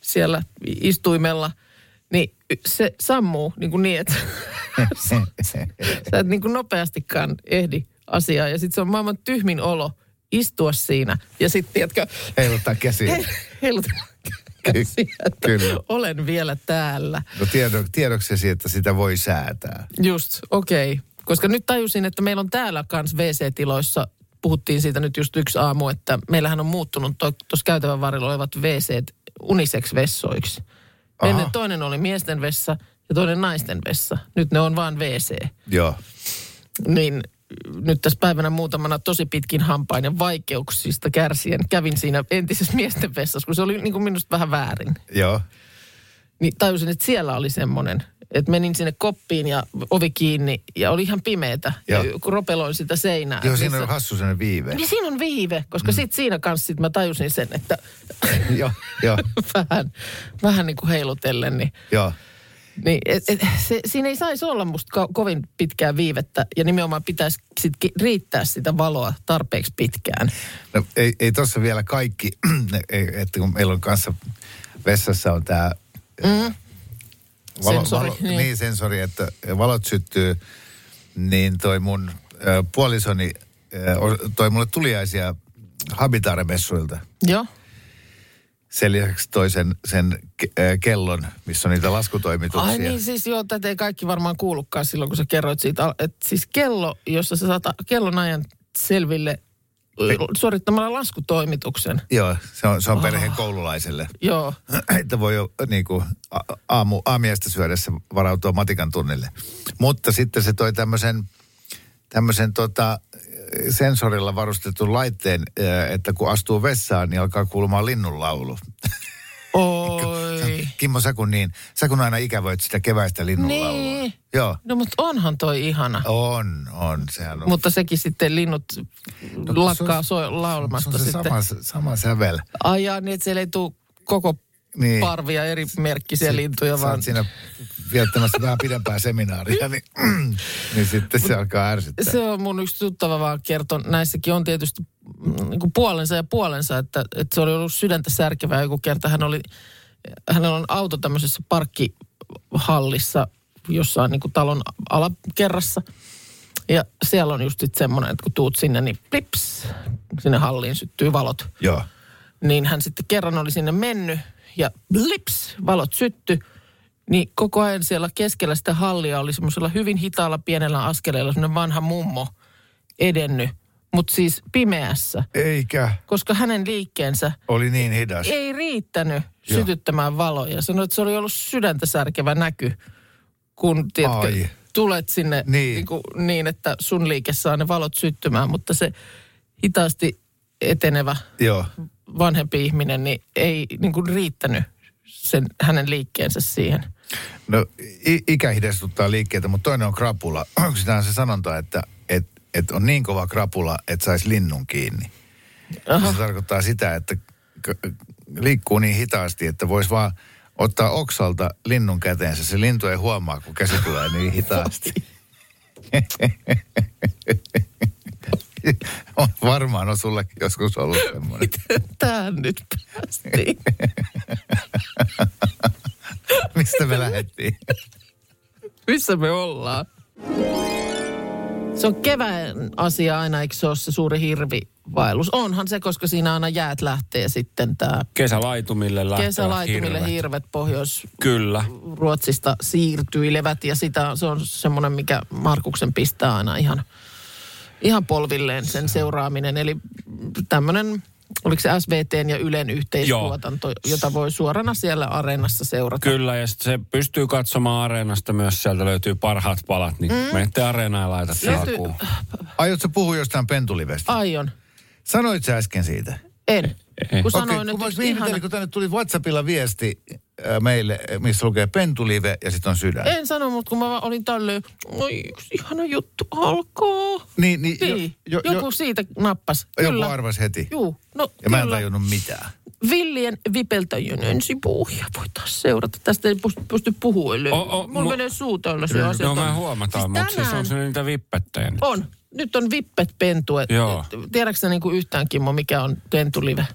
[SPEAKER 2] siellä istuimella, niin se sammuu niin, kuin niin että sä et niin kuin nopeastikaan ehdi asiaa. Ja sitten se on maailman tyhmin olo istua siinä. Ja sitten, tiedätkö,
[SPEAKER 3] Heiluttaa käsiä.
[SPEAKER 2] heilutella käsiä, että
[SPEAKER 3] Kyllä.
[SPEAKER 2] olen vielä täällä.
[SPEAKER 3] No tiedo, tiedoksesi, että sitä voi säätää.
[SPEAKER 2] Just, okei. Okay. Koska nyt tajusin, että meillä on täällä kans WC-tiloissa, puhuttiin siitä nyt just yksi aamu, että meillähän on muuttunut tuossa käytävän varrella olevat wc uniseksi vessoiksi.
[SPEAKER 3] Aha.
[SPEAKER 2] Ennen toinen oli miesten vessa ja toinen naisten vessa. Nyt ne on vaan WC.
[SPEAKER 3] Joo.
[SPEAKER 2] Niin nyt tässä päivänä muutamana tosi pitkin hampain ja vaikeuksista kärsien kävin siinä entisessä miesten vessassa, kun se oli niin kuin minusta vähän väärin
[SPEAKER 3] Joo.
[SPEAKER 2] niin tajusin, että siellä oli semmoinen. Että menin sinne koppiin ja ovi kiinni ja oli ihan pimeetä. Ja,
[SPEAKER 3] Joo.
[SPEAKER 2] kun ropeloin sitä seinää.
[SPEAKER 3] Joo, siinä
[SPEAKER 2] niin
[SPEAKER 3] on
[SPEAKER 2] se-
[SPEAKER 3] hassu sellainen viive.
[SPEAKER 2] niin siinä on viive, koska mm. sit siinä kanssa sit mä tajusin sen, että
[SPEAKER 3] Joo, joo,
[SPEAKER 2] vähän, vähän niin kuin heilutellen, niin,
[SPEAKER 3] joo.
[SPEAKER 2] niin et, et, se, siinä ei saisi olla musta ko- kovin pitkää viivettä ja nimenomaan pitäisi sit ki- riittää sitä valoa tarpeeksi pitkään.
[SPEAKER 3] No, ei, ei tuossa vielä kaikki, ei- että kun meillä on kanssa vessassa on tämä
[SPEAKER 2] Sensori, niin.
[SPEAKER 3] niin. niin sensori, että valot syttyy, niin toi mun ö, puolisoni ö, o- toi mulle tuliaisia Habitare-messuilta.
[SPEAKER 2] Joo,
[SPEAKER 3] Sen lisäksi toi sen, sen ke- ö, kellon, missä on niitä laskutoimituksia.
[SPEAKER 2] Ai niin siis joo, tätä ei kaikki varmaan kuullutkaan silloin, kun sä kerroit siitä, al- että siis kello, jossa sä saat kellon ajan selville
[SPEAKER 3] Ei.
[SPEAKER 2] l- suorittamalla laskutoimituksen.
[SPEAKER 3] Joo, se on, se on perheen
[SPEAKER 2] Ah.
[SPEAKER 3] koululaiselle.
[SPEAKER 2] Joo,
[SPEAKER 3] että voi jo niin kuin, a- aamu, aamiaista syödessä varautua matikan tunnille. Mutta sitten se toi tämmöisen tämmöisen tota, sensorilla varustetun laitteen, ö, että kun astuu vessaan, niin alkaa kuulumaan linnunlaulu.
[SPEAKER 2] oi.
[SPEAKER 3] Kimmo, sä kun, niin, sä kun aina ikävöit sitä keväistä linnunlaulua.
[SPEAKER 2] Niin.
[SPEAKER 3] Joo,
[SPEAKER 2] No mutta onhan toi ihana.
[SPEAKER 3] on, on, sehän on.
[SPEAKER 2] Mutta sekin sitten linnut
[SPEAKER 3] No,
[SPEAKER 2] lakkaa
[SPEAKER 3] se
[SPEAKER 2] so-
[SPEAKER 3] se
[SPEAKER 2] laulamasta
[SPEAKER 3] on se
[SPEAKER 2] sitten.
[SPEAKER 3] sama, sama sävel.
[SPEAKER 2] Ai jaa, niin että siellä ei tule koko
[SPEAKER 3] Niin.
[SPEAKER 2] parvia eri merkkisiä
[SPEAKER 3] Sit
[SPEAKER 2] lintuja,
[SPEAKER 3] sä oot
[SPEAKER 2] vaan
[SPEAKER 3] siinä viettämässä vähän pidempää seminaaria, niin, niin sitten se alkaa ärsyttää.
[SPEAKER 2] Se on mun yksi tuttava vaan kertoo. Näissäkin on tietysti mm, niin kuin puolensa ja puolensa, että, että se oli ollut sydäntä särkevää joku kerta. Hän oli, hänellä on auto tämmöisessä parkkihallissa jossain niin kuin talon alakerrassa. Ja siellä on just sit semmoinen, että kun tuut sinne, niin plips, sinne halliin syttyy valot.
[SPEAKER 3] Joo.
[SPEAKER 2] Niin hän sitten kerran oli sinne mennyt ja blips, valot sytty. Niin koko ajan siellä keskellä sitä hallia oli semmoisella hyvin hitaalla pienellä askeleella semmoinen vanha mummo edennyt, mutta siis pimeässä,
[SPEAKER 3] Eikä.
[SPEAKER 2] koska hänen liikkeensä
[SPEAKER 3] Oli niin hidas.
[SPEAKER 2] ei riittänyt
[SPEAKER 3] Joo.
[SPEAKER 2] sytyttämään valoja. Sanoi, että se oli ollut sydäntä särkevä näky, kun tiedätkö,
[SPEAKER 3] Ai.
[SPEAKER 2] tulet sinne
[SPEAKER 3] Niin.
[SPEAKER 2] niin. Niin, kuin, niin, että sun liike saa ne valot syttymään, mutta se hitaasti etenevä
[SPEAKER 3] Joo.
[SPEAKER 2] vanhempi ihminen, niin ei niin kuin riittänyt sen, hänen liikkeensä siihen.
[SPEAKER 3] No i- ikä hidastuttaa liikkeitä, mutta toinen on krapula. Onko sitä se sanonta, että et, et on niin kova krapula, että saisi linnun kiinni? Aha. Se tarkoittaa sitä, että k- liikkuu niin hitaasti, että voisi vaan ottaa oksalta linnun käteensä. Se lintu ei huomaa, kun käsi tulee niin hitaasti. on varmaan on sullakin joskus ollut semmoinen.
[SPEAKER 2] Tähän nyt päästiin.
[SPEAKER 3] Mistä me lähdettiin?
[SPEAKER 2] Missä me ollaan? Se on kevään asia aina, eikö se ole se suuri hirvivaellus? Onhan se, koska siinä aina jäät lähtee sitten tämä
[SPEAKER 4] Kesälaitumille lähtevät
[SPEAKER 2] kesälaitumille hirvet,
[SPEAKER 4] hirvet.
[SPEAKER 2] hirvet
[SPEAKER 4] Kyllä.
[SPEAKER 2] Pohjois-Ruotsista siirtyilevät ja sitä, se on semmoinen, mikä Markuksen pistää aina ihan, ihan polvilleen sen seuraaminen. Eli tämmöinen, oliko se SVTn ja Ylen yhteistuotanto, Joo. jota voi suorana siellä areenassa seurata.
[SPEAKER 4] Kyllä, ja sit se pystyy katsomaan areenasta myös, sieltä löytyy parhaat palat, niin mm. menette areenaan ja laitatte
[SPEAKER 2] Löytyy-
[SPEAKER 4] alkuun.
[SPEAKER 3] Aiotko puhua jostain pentulivestä?
[SPEAKER 2] Aion.
[SPEAKER 3] Sanoit sä äsken siitä?
[SPEAKER 2] En.
[SPEAKER 4] ei.
[SPEAKER 2] Kun
[SPEAKER 3] Eh, Okei,
[SPEAKER 2] sanoin,
[SPEAKER 3] kun
[SPEAKER 2] että
[SPEAKER 3] mä
[SPEAKER 2] yksi ihana...
[SPEAKER 3] ihmetellyt, kun tänne tuli WhatsAppilla viesti äh, meille, äh, missä lukee pentulive ja sitten on sydän.
[SPEAKER 2] En sano, mutta kun mä vaan olin tälleen, oi yksi ihana juttu alkaa.
[SPEAKER 3] Niin, niin,
[SPEAKER 2] Niin,
[SPEAKER 3] jo, jo,
[SPEAKER 2] joku
[SPEAKER 3] jo,
[SPEAKER 2] siitä nappas.
[SPEAKER 3] joku
[SPEAKER 2] Kyllä.
[SPEAKER 3] arvasi heti.
[SPEAKER 2] Juu, no
[SPEAKER 3] ja mä en
[SPEAKER 2] kyllä.
[SPEAKER 3] tajunnut mitään.
[SPEAKER 2] villien vipeltäjien ensipuuhia voitaisiin seurata. Tästä ei pysty, pysty puhua. Eli
[SPEAKER 4] O- o,
[SPEAKER 2] Mulla
[SPEAKER 4] mu-
[SPEAKER 2] menee suu tällaisia
[SPEAKER 4] No
[SPEAKER 2] asioita.
[SPEAKER 4] mä huomataan, siis mutta siis on se niitä vippettejä. nyt.
[SPEAKER 2] On. Nyt on vippet pentu. Et-
[SPEAKER 4] Joo.
[SPEAKER 2] et- Tiedätkö sä niinku yhtään, Kimmo, mikä on pentulive?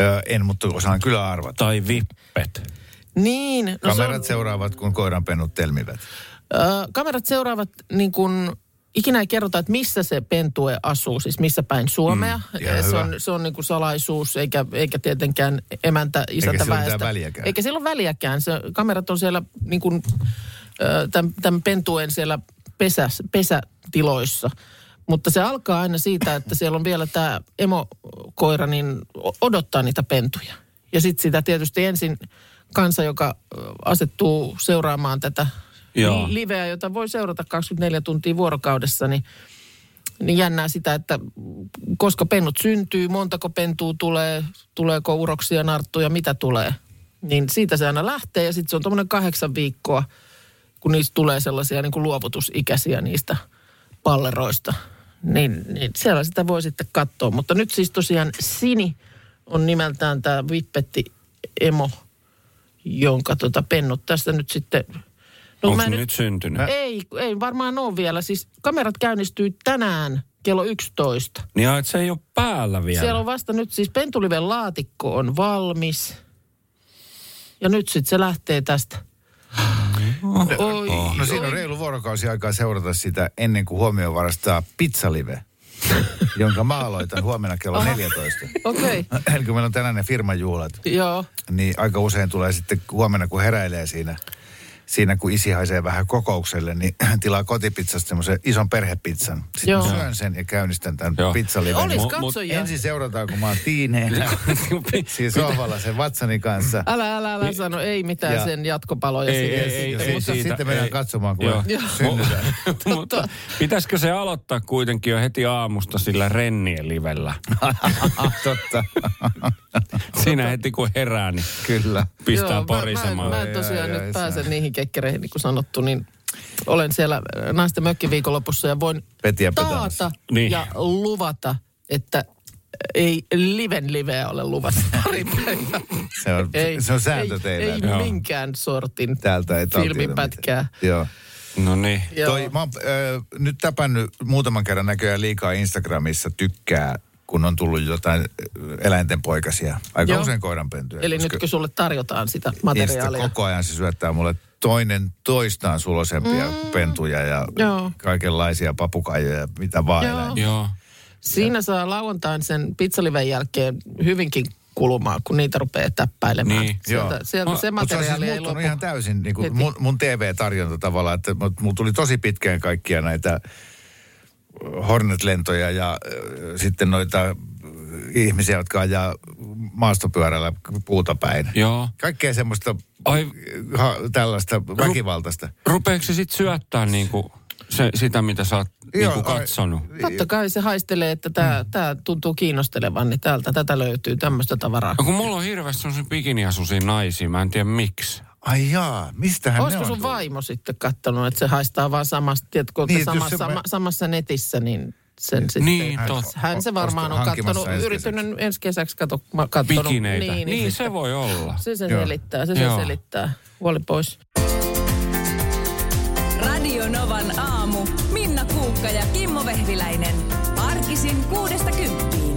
[SPEAKER 3] Öö, en, mutta osaan kyllä arvata.
[SPEAKER 4] Tai vippet.
[SPEAKER 2] Niin. No se
[SPEAKER 3] Kamerat
[SPEAKER 2] on,
[SPEAKER 3] seuraavat, kun koiranpennut telmivät.
[SPEAKER 2] ö, kamerat seuraavat niin kun, ikinä ei kerrota, että missä se pentue asuu, siis missä päin Suomea.
[SPEAKER 3] Mm, ihan
[SPEAKER 2] Ja se
[SPEAKER 3] hyvä.
[SPEAKER 2] on, se on niin kuin salaisuus, eikä, eikä tietenkään emäntä, isäntä,
[SPEAKER 3] sillä ole
[SPEAKER 2] väestä.
[SPEAKER 3] mitään väliäkään.
[SPEAKER 2] Eikä sillä ole väliäkään. Se, kamerat on siellä niin kun, ö, tämän, tämän pentuen siellä pesä, pesätiloissa. Mutta se alkaa aina siitä, että siellä on vielä tämä emokoira, niin o- odottaa niitä pentuja. Ja sitten sitä tietysti ensin kansa, joka ö, asettuu seuraamaan tätä
[SPEAKER 4] Joo.
[SPEAKER 2] li- liveä, jota voi seurata 24 tuntia vuorokaudessa, niin, niin jännää sitä, että koska pennut syntyy, montako pentua tulee, tuleeko uroksia, narttuja, mitä tulee. Niin siitä se aina lähtee ja sitten se on tuommoinen kahdeksan viikkoa, kun niistä tulee sellaisia niin kuin luovutusikäisiä niistä palleroista. Niin, niin siellä sitä voi sitten katsoa. Mutta nyt siis tosiaan Sini on nimeltään tämä vippetti emo, jonka tota pennut tästä nyt sitten...
[SPEAKER 4] No, Onko
[SPEAKER 2] mä
[SPEAKER 4] nyt, nyt syntynyt?
[SPEAKER 2] ei, ei varmaan ole vielä. Siis kamerat käynnistyy tänään kello 11.
[SPEAKER 4] Niin ai, et se ei ole päällä vielä.
[SPEAKER 2] Siellä on vasta nyt siis pentuliven laatikko on valmis. Ja nyt sitten se lähtee tästä. Oi,
[SPEAKER 3] No siinä on reilu vuorokausi aikaa seurata sitä ennen kuin huomio varastaa pizzalive, jonka mä aloitan huomenna kello 14.
[SPEAKER 2] okei.
[SPEAKER 3] Eli kun meillä on tänään ne firmajuhlat,
[SPEAKER 2] Joo.
[SPEAKER 3] niin aika usein tulee sitten huomenna, kun heräilee siinä, siinä kun isi haisee vähän kokoukselle, niin tilaa kotipizzasta semmoisen ison perhepizzan. Sitten
[SPEAKER 2] Joo.
[SPEAKER 3] Joo. syön sen ja käynnistän tämän
[SPEAKER 4] Joo.
[SPEAKER 3] pizzaliven.
[SPEAKER 2] Olis
[SPEAKER 4] mut-
[SPEAKER 2] katsojia.
[SPEAKER 3] Ensin seurataan, kun mä oon tiineenä siinä sohvalla sen vatsani kanssa.
[SPEAKER 2] Älä, älä, älä sano, ei mitään
[SPEAKER 3] Ja-
[SPEAKER 2] sen jatkopaloja.
[SPEAKER 4] Ei,
[SPEAKER 2] sinne.
[SPEAKER 4] ei, ei,
[SPEAKER 3] Ja
[SPEAKER 4] ei,
[SPEAKER 3] sit- mutta
[SPEAKER 4] siitä,
[SPEAKER 3] sitten mennään
[SPEAKER 4] ei.
[SPEAKER 3] katsomaan, kun
[SPEAKER 4] Joo.
[SPEAKER 3] me
[SPEAKER 4] Joo.
[SPEAKER 3] synnytään.
[SPEAKER 4] Mutta pitäisikö se aloittaa kuitenkin jo heti aamusta sillä rennien livellä?
[SPEAKER 3] Totta,
[SPEAKER 4] Siinä heti kun herää, niin
[SPEAKER 3] kyllä.
[SPEAKER 4] pistää
[SPEAKER 2] Joo,
[SPEAKER 4] Joo,
[SPEAKER 2] mä-
[SPEAKER 4] porisemaan.
[SPEAKER 2] Mä, mä,
[SPEAKER 4] Mä,
[SPEAKER 2] en
[SPEAKER 3] Ai,
[SPEAKER 2] tosiaan
[SPEAKER 3] ai,
[SPEAKER 2] nyt
[SPEAKER 3] ai,
[SPEAKER 2] pääse
[SPEAKER 3] saa.
[SPEAKER 2] niihin kekkereihin, niin kuin sanottu, niin olen siellä äh, naisten mökkiviikonlopussa ja voin
[SPEAKER 3] Petiä
[SPEAKER 2] taata
[SPEAKER 3] petämässä.
[SPEAKER 4] Niin.
[SPEAKER 2] ja luvata, että ei liven liveä ole luvassa pari päivää.
[SPEAKER 3] Se on,
[SPEAKER 2] Ei,
[SPEAKER 3] se on sääntö
[SPEAKER 2] ei,
[SPEAKER 3] teillä.
[SPEAKER 2] Ei
[SPEAKER 3] että
[SPEAKER 4] Joo.
[SPEAKER 2] minkään sortin
[SPEAKER 3] Täältä ei taltioida
[SPEAKER 2] filmipätkää.
[SPEAKER 3] mitään. Joo.
[SPEAKER 4] no niin.
[SPEAKER 2] Joo.
[SPEAKER 3] Toi, mä oon äh, nyt täpännyt muutaman kerran näköjään liikaa Instagramissa tykkää, kun on tullut jotain äh, eläintenpoikasia. Aika
[SPEAKER 2] Joo.
[SPEAKER 3] usein koiranpentyjä.
[SPEAKER 2] Eli
[SPEAKER 3] koska
[SPEAKER 2] nytkö sulle tarjotaan sitä
[SPEAKER 3] Insta
[SPEAKER 2] materiaalia?
[SPEAKER 3] koko ajan se syöttää mulle toinen toistaan sulosempia mm. pentuja ja
[SPEAKER 2] Joo.
[SPEAKER 3] kaikenlaisia papukaijoja ja mitä vaan
[SPEAKER 2] Joo.
[SPEAKER 3] eläimiä.
[SPEAKER 4] Joo.
[SPEAKER 2] Siinä saa lauantain sen pizzaliven jälkeen hyvinkin kulumaa, kun niitä rupeaa täppäilemään.
[SPEAKER 4] Niin,
[SPEAKER 2] sieltä,
[SPEAKER 3] joo.
[SPEAKER 2] sieltä,
[SPEAKER 4] Mä-
[SPEAKER 2] se
[SPEAKER 3] Mutta se on siis
[SPEAKER 2] materiaali ei
[SPEAKER 3] muuttunut
[SPEAKER 2] lopu.
[SPEAKER 3] ihan täysin niin
[SPEAKER 2] Heti.
[SPEAKER 3] kuin mun, mun TV-tarjonta tavallaan, että mut- mulla tuli tosi pitkään kaikkia näitä Hornet-lentoja ja äh, sitten noita äh, ihmisiä, jotka ajaa maastopyörällä puuta päin.
[SPEAKER 4] Joo.
[SPEAKER 3] Kaikkea semmoista
[SPEAKER 4] Ai,
[SPEAKER 3] ha, tällaista väkivaltaista.
[SPEAKER 4] rupeeko se sitten syöttää niinku se, sitä, mitä sä oot niinku katsonut?
[SPEAKER 3] Ai,
[SPEAKER 2] Totta kai se haistelee, että tämä
[SPEAKER 3] Mm.
[SPEAKER 2] tää tuntuu kiinnostelevan, niin täältä tätä löytyy tämmöistä tavaraa.
[SPEAKER 4] No kun mulla on hirveästi semmoisia bikiniasuisia naisia, mä en tiedä miksi.
[SPEAKER 3] ai jaa, mistähän
[SPEAKER 2] Olisiko
[SPEAKER 3] ne on
[SPEAKER 2] sun
[SPEAKER 3] tullut?
[SPEAKER 2] vaimo sitten kattonut, että se haistaa vaan samasta, tiedätkö,
[SPEAKER 3] Niin,
[SPEAKER 2] niin,
[SPEAKER 3] että jos
[SPEAKER 2] sama,
[SPEAKER 3] se-
[SPEAKER 2] sama, samassa netissä, niin sen sitten.
[SPEAKER 4] Niin, totta.
[SPEAKER 2] Hän se varmaan on
[SPEAKER 3] Osta- hankimassa
[SPEAKER 2] kattonut,
[SPEAKER 3] ensi
[SPEAKER 2] yrittänyt ensi kesäksi katso, ma- kattonut.
[SPEAKER 4] Bikineitä. Niin,
[SPEAKER 2] Niin,
[SPEAKER 4] niin
[SPEAKER 2] se,
[SPEAKER 4] se voi olla.
[SPEAKER 2] se, se
[SPEAKER 3] Joo.
[SPEAKER 2] selittää, se, se
[SPEAKER 4] Joo.
[SPEAKER 2] selittää. Huoli pois.
[SPEAKER 1] Radio Novan aamu. Minna Kuukka ja Kimmo Vehviläinen. Arkisin kuudesta kymppiin.